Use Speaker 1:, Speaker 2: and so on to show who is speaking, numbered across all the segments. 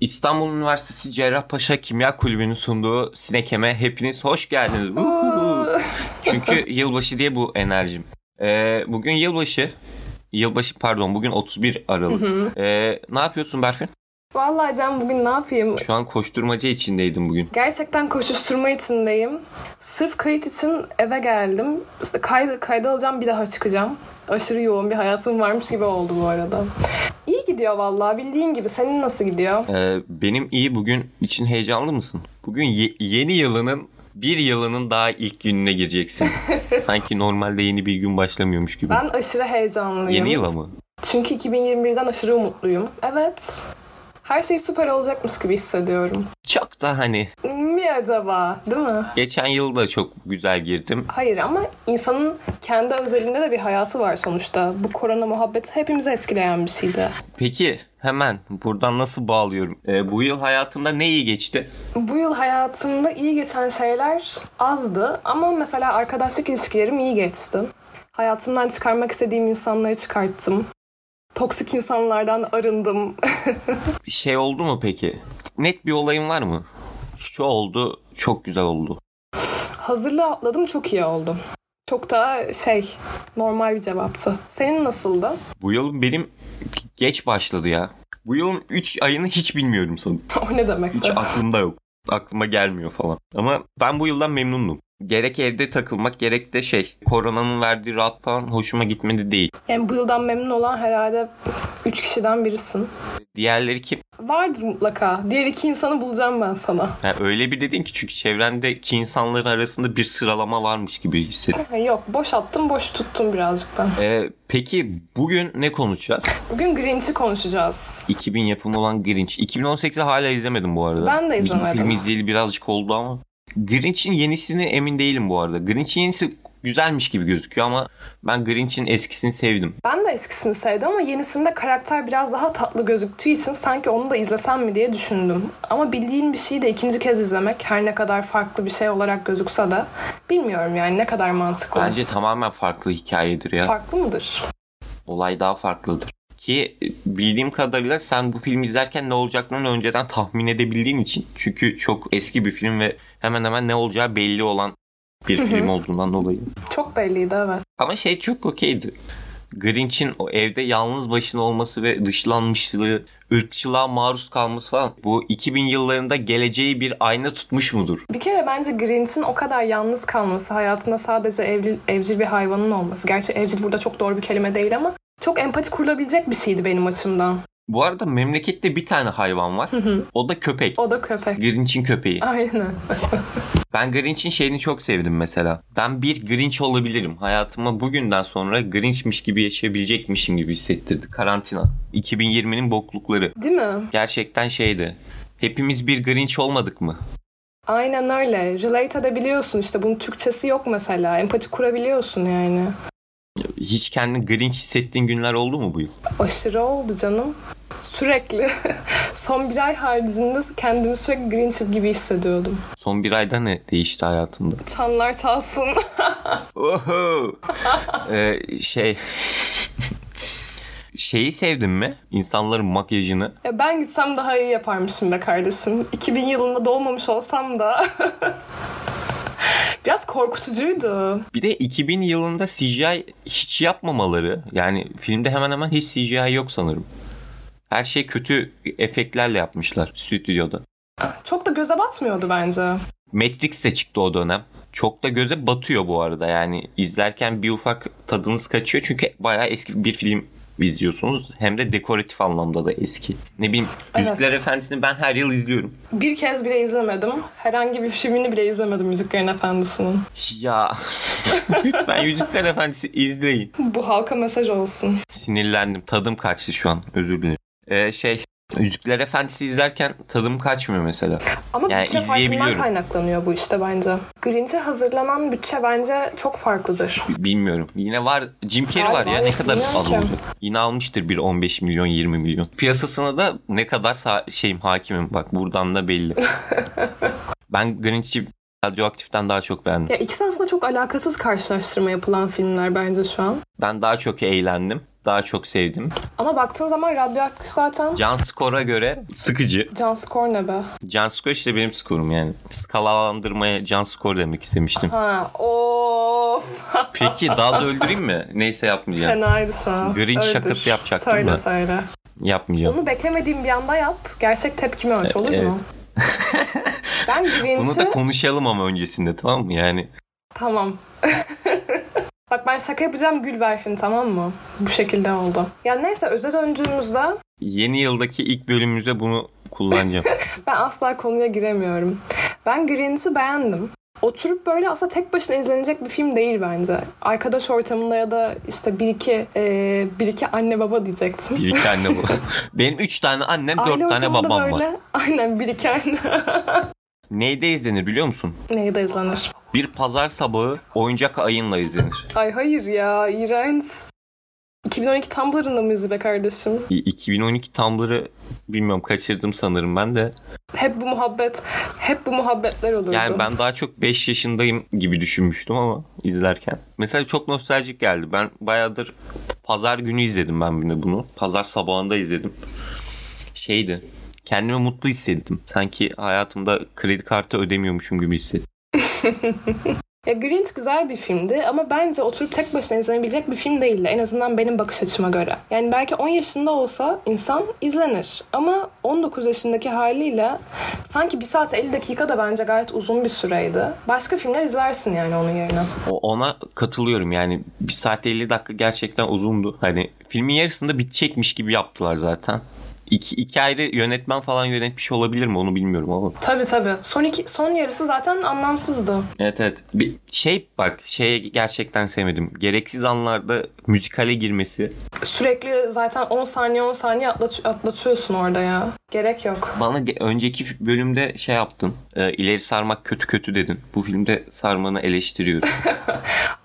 Speaker 1: İstanbul Üniversitesi Cerrahpaşa Kimya Kulübü'nün sunduğu Sinekem'e hepiniz hoş geldiniz. Uhuhu. Çünkü yılbaşı diye bu enerjim. Ee, bugün yılbaşı. Yılbaşı pardon bugün 31 Aralık. Ee, ne yapıyorsun Berfin?
Speaker 2: Vallahi Can bugün ne yapayım?
Speaker 1: Şu an koşturmaca içindeydim bugün.
Speaker 2: Gerçekten koşuşturma içindeyim. Sırf kayıt için eve geldim. İşte Kay, kayda alacağım bir daha çıkacağım. Aşırı yoğun bir hayatım varmış gibi oldu bu arada. İyi gidiyor vallahi bildiğin gibi. Senin nasıl gidiyor?
Speaker 1: Ee, benim iyi bugün için heyecanlı mısın? Bugün ye- yeni yılının bir yılının daha ilk gününe gireceksin. Sanki normalde yeni bir gün başlamıyormuş gibi.
Speaker 2: Ben aşırı heyecanlıyım.
Speaker 1: Yeni yıla mı?
Speaker 2: Çünkü 2021'den aşırı umutluyum. Evet. Her şey süper olacakmış gibi hissediyorum.
Speaker 1: Çok da hani
Speaker 2: Mi acaba? Değil mi?
Speaker 1: geçen yıl da çok güzel girdim.
Speaker 2: Hayır ama insanın kendi özelinde de bir hayatı var sonuçta. Bu korona muhabbeti hepimizi etkileyen bir şeydi.
Speaker 1: Peki hemen buradan nasıl bağlıyorum? Ee, bu yıl hayatında ne iyi geçti?
Speaker 2: Bu yıl hayatımda iyi geçen şeyler azdı ama mesela arkadaşlık ilişkilerim iyi geçti. Hayatımdan çıkarmak istediğim insanları çıkarttım. Toksik insanlardan arındım.
Speaker 1: Bir şey oldu mu peki? Net bir olayın var mı? Şu oldu, çok güzel oldu.
Speaker 2: Hazırlığı atladım çok iyi oldu. Çok da şey normal bir cevaptı. Senin nasıldı?
Speaker 1: Bu yıl benim geç başladı ya. Bu yılın 3 ayını hiç bilmiyorum sanırım.
Speaker 2: o ne demekti?
Speaker 1: Hiç aklımda yok. Aklıma gelmiyor falan. Ama ben bu yıldan memnundum. Gerek evde takılmak gerek de şey koronanın verdiği rahat falan hoşuma gitmedi değil.
Speaker 2: Yani bu yıldan memnun olan herhalde 3 kişiden birisin.
Speaker 1: Diğerleri kim?
Speaker 2: Vardır mutlaka. Diğer iki insanı bulacağım ben sana.
Speaker 1: Ha, öyle bir dedin ki çünkü çevrendeki insanların arasında bir sıralama varmış gibi hissettim.
Speaker 2: Ha, Yok boş attım boş tuttum birazcık ben.
Speaker 1: Ee, peki bugün ne konuşacağız?
Speaker 2: Bugün Grinch'i konuşacağız. 2000
Speaker 1: yapımı olan Grinch. 2018'i hala izlemedim bu arada.
Speaker 2: Ben de
Speaker 1: Bizim
Speaker 2: izlemedim.
Speaker 1: Film izleyeli birazcık oldu ama. Grinch'in yenisini emin değilim bu arada. Grinch'in yenisi güzelmiş gibi gözüküyor ama ben Grinch'in eskisini sevdim.
Speaker 2: Ben de eskisini sevdim ama yenisinde karakter biraz daha tatlı gözüktüğü için sanki onu da izlesem mi diye düşündüm. Ama bildiğin bir şeyi de ikinci kez izlemek her ne kadar farklı bir şey olarak gözükse de bilmiyorum yani ne kadar mantıklı.
Speaker 1: Bence tamamen farklı hikayedir ya.
Speaker 2: Farklı mıdır?
Speaker 1: Olay daha farklıdır. Ki e, bildiğim kadarıyla sen bu filmi izlerken ne olacaklarını önceden tahmin edebildiğin için. Çünkü çok eski bir film ve hemen hemen ne olacağı belli olan bir film olduğundan dolayı.
Speaker 2: Çok belliydi evet.
Speaker 1: Ama şey çok okeydi. Grinch'in o evde yalnız başına olması ve dışlanmışlığı, ırkçılığa maruz kalması falan. Bu 2000 yıllarında geleceği bir ayna tutmuş mudur?
Speaker 2: Bir kere bence Grinch'in o kadar yalnız kalması, hayatında sadece evli, evcil bir hayvanın olması. Gerçi evcil burada çok doğru bir kelime değil ama çok empati kurulabilecek bir şeydi benim açımdan.
Speaker 1: Bu arada memlekette bir tane hayvan var. o da köpek.
Speaker 2: O da köpek.
Speaker 1: Grinch'in köpeği.
Speaker 2: Ah. Aynen.
Speaker 1: Ben Grinch'in şeyini çok sevdim mesela. Ben bir Grinch olabilirim. Hayatıma bugünden sonra Grinch'miş gibi yaşayabilecekmişim gibi hissettirdi. Karantina. 2020'nin boklukları.
Speaker 2: Değil mi?
Speaker 1: Gerçekten şeydi. Hepimiz bir Grinch olmadık mı?
Speaker 2: Aynen öyle. Relate edebiliyorsun işte. Bunun Türkçesi yok mesela. Empati kurabiliyorsun yani.
Speaker 1: Hiç kendini Grinch hissettiğin günler oldu mu bu yıl?
Speaker 2: Aşırı oldu canım. Sürekli. Son bir ay haricinde kendimi sürekli Grinch gibi hissediyordum.
Speaker 1: Son bir ayda ne değişti hayatında?
Speaker 2: Çanlar çalsın.
Speaker 1: Oho! Ee, şey... Şeyi sevdin mi? İnsanların makyajını.
Speaker 2: Ya ben gitsem daha iyi yaparmışım be kardeşim. 2000 yılında doğmamış olsam da. Biraz korkutucuydu.
Speaker 1: Bir de 2000 yılında CGI hiç yapmamaları. Yani filmde hemen hemen hiç CGI yok sanırım. Her şey kötü efektlerle yapmışlar stüdyoda.
Speaker 2: Çok da göze batmıyordu bence.
Speaker 1: Matrix de çıktı o dönem. Çok da göze batıyor bu arada. Yani izlerken bir ufak tadınız kaçıyor. Çünkü bayağı eski bir film izliyorsunuz. Hem de dekoratif anlamda da eski. Ne bileyim
Speaker 2: Evet.
Speaker 1: Yüzükler Efendisi'ni ben her yıl izliyorum.
Speaker 2: Bir kez bile izlemedim. Herhangi bir filmini bile izlemedim Müziklerin Efendisi'nin.
Speaker 1: Ya lütfen Yüzükler Efendisi izleyin.
Speaker 2: Bu halka mesaj olsun.
Speaker 1: Sinirlendim. Tadım kaçtı şu an. Özür dilerim. Ee, şey Yüzükler Efendisi izlerken tadım kaçmıyor mesela.
Speaker 2: Ama
Speaker 1: Yani
Speaker 2: bütçe farkından
Speaker 1: izleyebiliyorum.
Speaker 2: kaynaklanıyor bu işte bence. Grinch'e hazırlanan bütçe bence çok farklıdır.
Speaker 1: Bilmiyorum. Yine var. Jim Carrey
Speaker 2: Abi
Speaker 1: var ya.
Speaker 2: vallahi
Speaker 1: Ne kadar
Speaker 2: bilmiyorum
Speaker 1: az
Speaker 2: ki.
Speaker 1: olacak. Yine almıştır bir 15 milyon 20 milyon. Piyasasına da ne kadar sa- şeyim hakimim. Bak buradan da belli. ben Grinch'i radyoaktiften daha çok beğendim.
Speaker 2: Ya ikisi aslında çok alakasız karşılaştırma yapılan filmler bence şu an.
Speaker 1: Ben daha çok eğlendim. daha çok sevdim.
Speaker 2: Ama baktığın zaman radyoaktif zaten
Speaker 1: Can skora göre sıkıcı.
Speaker 2: can skor ne be?
Speaker 1: Can skor işte benim skorum yani. Skalalandırmaya can skor demek istemiştim.
Speaker 2: Ha of.
Speaker 1: Peki dalda öldüreyim mi? Neyse yapmayacağım.
Speaker 2: Fenaydı şu an.
Speaker 1: Grinch
Speaker 2: Öldür.
Speaker 1: şakası yapacaktım
Speaker 2: Söyle
Speaker 1: da.
Speaker 2: söyle.
Speaker 1: Yapmayacağım.
Speaker 2: Onu beklemediğim bir anda yap. Gerçek tepkimi ölç olur
Speaker 1: Evet.
Speaker 2: mu? ben
Speaker 1: E, Bunu
Speaker 2: Grinch'i...
Speaker 1: da konuşalım ama öncesinde tamam mı? Yani
Speaker 2: Tamam. Bak ben şaka yapacağım Gülberfin tamam mı? Bu şekilde oldu. Ya neyse öze döndüğümüzde
Speaker 1: yeni yıldaki ilk bölümümüze bunu kullanacağım.
Speaker 2: ben asla konuya giremiyorum. Ben Grinch'i beğendim. Oturup böyle aslında tek başına izlenecek bir film değil bence. Arkadaş ortamında ya da işte bir iki, eee, bir iki anne baba diyecektim.
Speaker 1: Bir iki anne bu. Benim üç tane annem, dört
Speaker 2: Aile
Speaker 1: tane
Speaker 2: ortamında
Speaker 1: babam var.
Speaker 2: böyle, Aynen bir iki anne.
Speaker 1: Neyde izlenir biliyor musun?
Speaker 2: Neyde izlenir?
Speaker 1: Bir pazar sabahı oyuncak ayınla izlenir.
Speaker 2: Ay hayır ya iğrenç. 2012 Tumblr'ında mı izle be kardeşim?
Speaker 1: İ- 2012 Tumblr'ı bilmiyorum kaçırdım sanırım ben de.
Speaker 2: Hep bu muhabbet, hep bu muhabbetler olurdu.
Speaker 1: Yani ben daha çok 5 yaşındayım gibi düşünmüştüm ama izlerken. Mesela çok nostaljik geldi. Ben bayağıdır pazar günü izledim ben bunu- bunu. Pazar sabahında izledim. Şeydi. Kendimi mutlu hissettim. Sanki hayatımda kredi kartı ödemiyormuşum gibi hissettim.
Speaker 2: Ya Grinch güzel bir filmdi ama bence oturup tek başına izlenebilecek bir film değildi. En azından benim bakış açıma göre. Yani belki 10 yaşında olsa insan izlenir. Ama 19 yaşındaki haliyle sanki 1 saat 50 dakika da bence gayet uzun bir süreydi. Başka filmler izlersin yani onun yerine.
Speaker 1: O- Ona katılıyorum yani 1 saat 50 dakika gerçekten uzundu. Hani filmin yarısında bitecekmiş gibi yaptılar zaten. İki, iki ayrı yönetmen falan yönetmiş olabilir mi onu bilmiyorum ama.
Speaker 2: Tabii tabii. Son, iki, son yarısı zaten anlamsızdı.
Speaker 1: Evet evet. Bir şey bak şeye gerçekten sevmedim. Gereksiz anlarda müzikale girmesi
Speaker 2: Sürekli zaten 10 saniye 10 saniye atlat- atlatıyorsun orada ya. Gerek yok.
Speaker 1: bana ge- önceki bölümde şey yaptın. E, ileri sarmak kötü kötü dedin. Bu filmde sarmanı eleştiriyorum.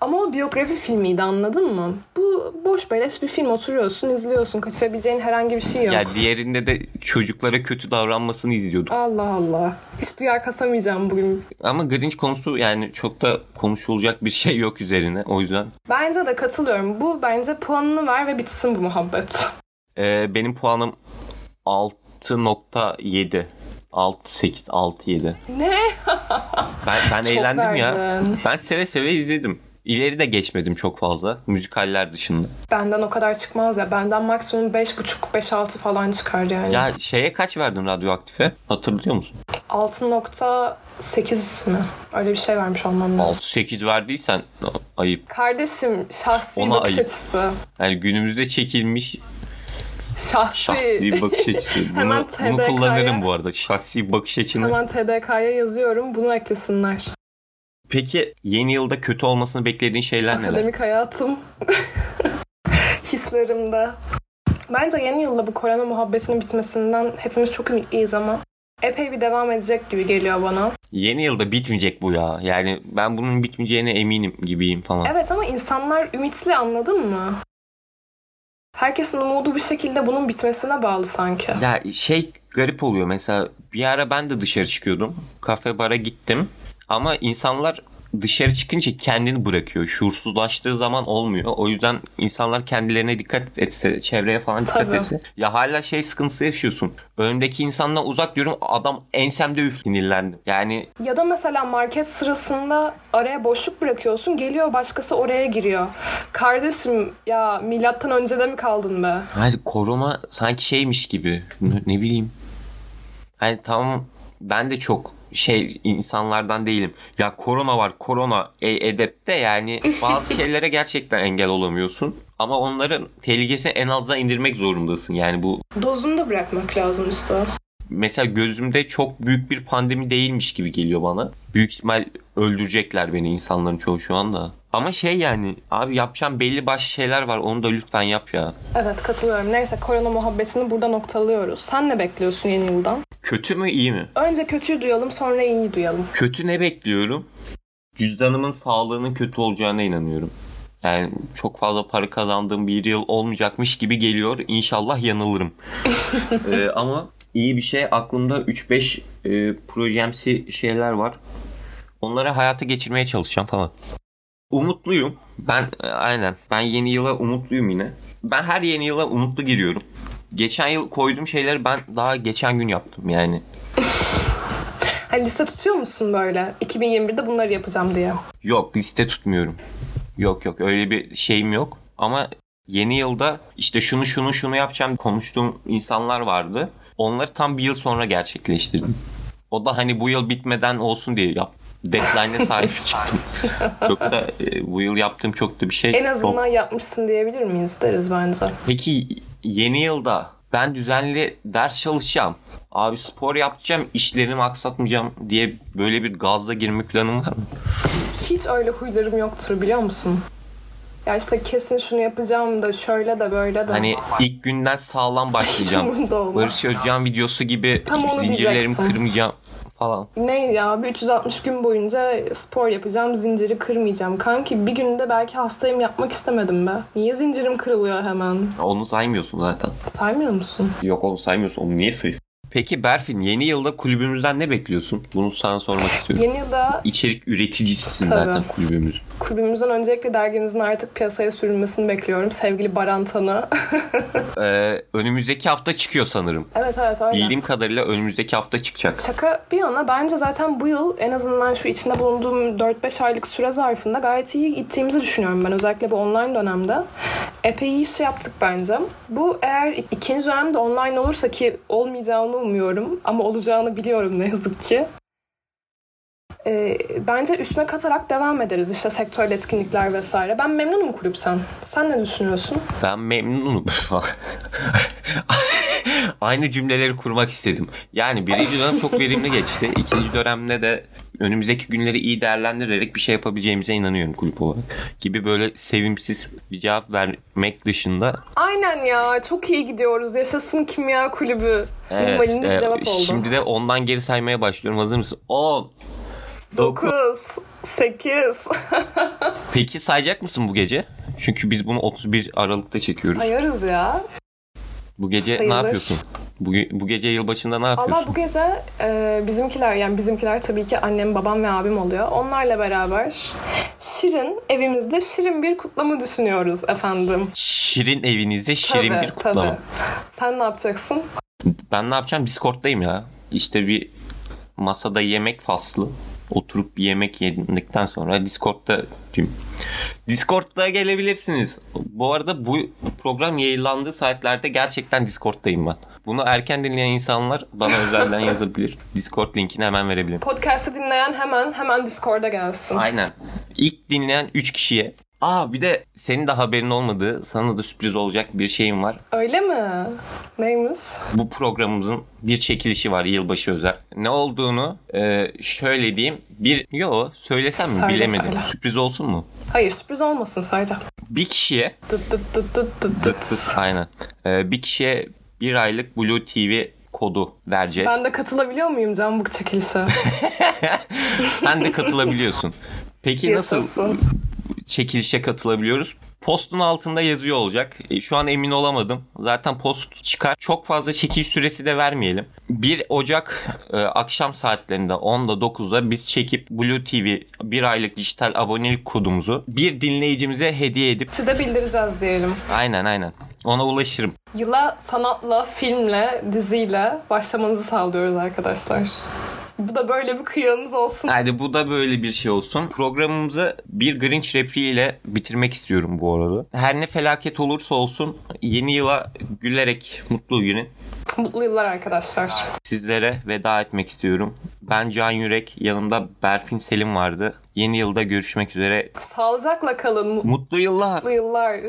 Speaker 2: Ama o biyografi filmiydi anladın mı? Bu boş beleş bir film oturuyorsun izliyorsun kaçırabileceğin herhangi bir şey yok.
Speaker 1: ya diğerinde de çocuklara kötü davranmasını izliyorduk.
Speaker 2: Allah Allah. Hiç duyar kasamayacağım bugün.
Speaker 1: Ama Grinch konusu yani çok da konuşulacak bir şey yok üzerine. O yüzden
Speaker 2: Bence de katılıyorum. Bu bence puanını ver ve bitsin bu muhabbet.
Speaker 1: E, benim puanım 6.7. 6 8 6 7.
Speaker 2: ne?
Speaker 1: Ben ben eğlendim ya.
Speaker 2: verdin.
Speaker 1: Ben seve seve izledim. İleri de geçmedim çok fazla müzikaller dışında.
Speaker 2: Benden o kadar çıkmaz ya. Benden maksimum 5,5-5,6 falan çıkar yani.
Speaker 1: Ya şeye kaç verdin radyoaktife? Hatırlıyor musun?
Speaker 2: 6.8 mi? Öyle bir şey vermiş olmam lazım.
Speaker 1: 6-8 verdiysen ayıp.
Speaker 2: Kardeşim şahsi
Speaker 1: Ona
Speaker 2: bakış
Speaker 1: ayıp.
Speaker 2: açısı.
Speaker 1: Yani günümüzde çekilmiş
Speaker 2: Şahsi.
Speaker 1: şahsi bakış açısı. Bunu,
Speaker 2: Şey- Hemen
Speaker 1: bunu
Speaker 2: TDK'ya
Speaker 1: kullanırım bu arada. Şahsi bakış açını.
Speaker 2: Hemen TDK'ya yazıyorum. Bunu eklesinler.
Speaker 1: Peki yeni yılda kötü olmasını beklediğin şeyler neler?
Speaker 2: Akademik hayatım. Hislerimde. Bence yeni yılda bu korona muhabbetinin bitmesinden hepimiz çok ümitliyiz ama epey bir devam edecek gibi geliyor bana.
Speaker 1: Yeni yılda bitmeyecek bu ya. Yani ben bunun bitmeyeceğine eminim gibiyim falan.
Speaker 2: Evet ama insanlar ümitli anladın mı? Herkesin umudu bir şekilde bunun bitmesine bağlı sanki.
Speaker 1: Ya şey garip oluyor mesela bir ara ben de dışarı çıkıyordum. Kafe bara gittim ama insanlar dışarı çıkınca kendini bırakıyor. Şuursuzlaştığı zaman olmuyor. O yüzden insanlar kendilerine dikkat etse, çevreye falan dikkat
Speaker 2: Tabii.
Speaker 1: etse. Ya hala şey sıkıntısı yaşıyorsun. Öndeki insandan uzak diyorum adam ensemde üf sinirlendim. Yani
Speaker 2: Ya da mesela market sırasında araya boşluk bırakıyorsun geliyor başkası oraya giriyor. Kardeşim ya milattan önce de mi kaldın be?
Speaker 1: hayır, koruma sanki şeymiş gibi. Ne, ne bileyim. Hani tamam ben de çok şey insanlardan değilim. Ya korona var korona e, edepte yani bazı şeylere gerçekten engel olamıyorsun. Ama onların tehlikesini en aza indirmek zorundasın. Yani bu
Speaker 2: Dozunu da bırakmak lazım usta.
Speaker 1: mesela gözümde çok büyük bir pandemi değilmiş gibi geliyor bana. Büyük ihtimal öldürecekler beni insanların çoğu şu anda. Ama şey yani abi yapacağım belli başlı şeyler var onu da lütfen yap ya.
Speaker 2: Evet katılıyorum. Neyse korona muhabbetini burada noktalıyoruz. Sen ne bekliyorsun yeni yıldan?
Speaker 1: Kötü mü iyi mi?
Speaker 2: Önce kötüyü duyalım sonra iyiyi duyalım.
Speaker 1: Kötü ne bekliyorum? Cüzdanımın sağlığının kötü olacağına inanıyorum. Yani çok fazla para kazandığım bir yıl olmayacakmış gibi geliyor. İnşallah yanılırım. Ee, ama iyi bir şey aklımda 3-5 e, projemsi şeyler var. Onları hayata geçirmeye çalışacağım falan. Umutluyum. Ben e, aynen. Ben yeni yıla umutluyum yine. ben her yeni yıla umutlu giriyorum. Geçen yıl koyduğum şeyleri ben daha geçen gün yaptım yani.
Speaker 2: Hani liste tutuyor musun böyle? 2021'de bunları yapacağım diye.
Speaker 1: Yok liste tutmuyorum. Yok yok öyle bir şeyim yok. Ama yeni yılda işte şunu şunu şunu yapacağım konuştuğum insanlar vardı. Onları tam bir yıl sonra gerçekleştirdim. O da hani bu yıl bitmeden olsun diye yap. Deadline'e sahip çıktım. Yoksa e, bu yıl yaptığım çok da bir şey
Speaker 2: En
Speaker 1: yok.
Speaker 2: azından yapmışsın diyebilir miyiz deriz bence.
Speaker 1: Peki yeni yılda ben düzenli ders çalışacağım. Abi spor yapacağım, işlerimi aksatmayacağım diye böyle bir gazla girme planım var mı?
Speaker 2: Hiç öyle huylarım yoktur biliyor musun? Ya işte kesin şunu yapacağım da şöyle de böyle de.
Speaker 1: Hani ilk günden sağlam
Speaker 2: hiç
Speaker 1: başlayacağım.
Speaker 2: umurumda olmaz.
Speaker 1: Barış Özcan videosu gibi
Speaker 2: Tam onu
Speaker 1: zincirlerimi
Speaker 2: diyeceksin.
Speaker 1: kırmayacağım falan.
Speaker 2: Ne ya bir 360 gün boyunca spor yapacağım, zinciri kırmayacağım. Kanki bir günde belki hastayım yapmak istemedim be. Niye zincirim kırılıyor hemen?
Speaker 1: Onu saymıyorsun zaten.
Speaker 2: Saymıyor musun?
Speaker 1: Yok onu saymıyorsun. Onu niye sayıyorsun? Peki Berfin yeni yılda kulübümüzden ne bekliyorsun? Bunu sana sormak istiyorum.
Speaker 2: Yeni yılda
Speaker 1: İçerik üreticisisin
Speaker 2: Tabii.
Speaker 1: zaten kulübümüz.
Speaker 2: kulübümüzden öncelikle dergimizin artık piyasaya sürülmesini bekliyorum. Sevgili Barantan'a.
Speaker 1: Ee, önümüzdeki hafta çıkıyor sanırım.
Speaker 2: evet evet öyle.
Speaker 1: Bildiğim kadarıyla önümüzdeki hafta çıkacak.
Speaker 2: Şaka bir yana bence zaten bu yıl en azından şu içinde bulunduğum 4-5 aylık süre zarfında gayet iyi gittiğimizi düşünüyorum ben. Özellikle bu online dönemde. Epey iyi iş yaptık bence. Bu eğer ik- ikinci dönemde online olursa ki olmayacağını umuyorum ama olacağını biliyorum ne yazık ki. Ee, bence üstüne katarak devam ederiz işte sektörel etkinlikler vesaire. Ben memnunum kulüpten. Sen ne düşünüyorsun?
Speaker 1: Ben memnunum. Aynı cümleleri kurmak istedim. Yani birinci dönem çok verimli geçti. İkinci dönemde de önümüzdeki günleri iyi değerlendirerek bir şey yapabileceğimize inanıyorum kulüp olarak. Gibi böyle sevimsiz bir cevap vermek dışında.
Speaker 2: Aynen ya çok iyi gidiyoruz. Yaşasın kimya kulübü.
Speaker 1: Evet,
Speaker 2: Minimalinde bir
Speaker 1: e,
Speaker 2: cevap oldu.
Speaker 1: şimdi de ondan geri saymaya başlıyorum. Hazır mısın? 10 9
Speaker 2: 9, 8.
Speaker 1: Peki sayacak mısın bu gece? Çünkü biz bunu 31 Aralık'ta çekiyoruz.
Speaker 2: Sayarız ya.
Speaker 1: bu gece
Speaker 2: sayılır.
Speaker 1: ne yapıyorsun? Bu, ge- bu gece yılbaşında ne yapıyorsun?
Speaker 2: Valla bu gece e, bizimkiler yani bizimkiler tabii ki annem, babam ve abim oluyor. Onlarla beraber şirin evimizde şirin bir kutlama düşünüyoruz efendim.
Speaker 1: Şirin evinizde şirin
Speaker 2: Tabii,
Speaker 1: bir kutlama.
Speaker 2: tabii. Sen ne yapacaksın?
Speaker 1: Ben ne yapacağım? Discord'dayım ya. İşte bir masada yemek faslı. Oturup bir yemek yedikten sonra Discord'da Discord'da gelebilirsiniz. Bu arada bu program yayınlandığı saatlerde gerçekten Discord'dayım ben. Bunu erken dinleyen insanlar bana özelden yazabilir. Discord linkini hemen verebilirim.
Speaker 2: Podcast'ı dinleyen hemen hemen Discord'a gelsin.
Speaker 1: Aynen. İlk dinleyen 3 kişiye. Aa bir de senin de haberin olmadığı sana da sürpriz olacak bir şeyim var.
Speaker 2: Öyle mi? Neymiş?
Speaker 1: bu programımızın bir çekilişi var yılbaşı özel. Ne olduğunu e, şöyle diyeyim. Bir yo söylesem mi
Speaker 2: Söyle,
Speaker 1: bilemedim.
Speaker 2: söyle.
Speaker 1: Sürpriz olsun mu?
Speaker 2: Hayır sürpriz olmasın söyle.
Speaker 1: Bir kişiye
Speaker 2: Dıt dıt dıt dıt dıt
Speaker 1: dıt
Speaker 2: dıt.
Speaker 1: dıt, aynen. E, bir kişiye bir aylık Blue TV kodu vereceğiz.
Speaker 2: Ben de katılabiliyor muyum Canbuk çekilişe?
Speaker 1: Sen de katılabiliyorsun. Peki nasıl
Speaker 2: Yasasın.
Speaker 1: çekilişe katılabiliyoruz? Postun altında yazıyor olacak. E, Şu an emin olamadım. Zaten post çıkar. Çok fazla çekiliş süresi de vermeyelim. 1 Ocak e, akşam saatlerinde 10'da 9'da biz çekip Blue TV bir aylık dijital abonelik kodumuzu bir dinleyicimize hediye edip
Speaker 2: Size bildireceğiz diyelim.
Speaker 1: aynen aynen ona ulaşırım.
Speaker 2: Yıla sanatla, filmle, diziyle başlamanızı sağlıyoruz arkadaşlar. Bu da böyle bir kıyığımız olsun.
Speaker 1: Hadi bu da böyle bir şey olsun. Programımızı bir Grinch repliğiyle bitirmek istiyorum bu arada. Her ne felaket olursa olsun yeni yıla gülerek mutlu günün
Speaker 2: Mutlu yıllar arkadaşlar.
Speaker 1: sizlere veda etmek istiyorum. Ben Can Yürek, yanımda Berfin Selim vardı. Yeni yılda görüşmek üzere.
Speaker 2: Sağlıcakla kalın,
Speaker 1: Mutlu yıllar.
Speaker 2: mutlu yıllar.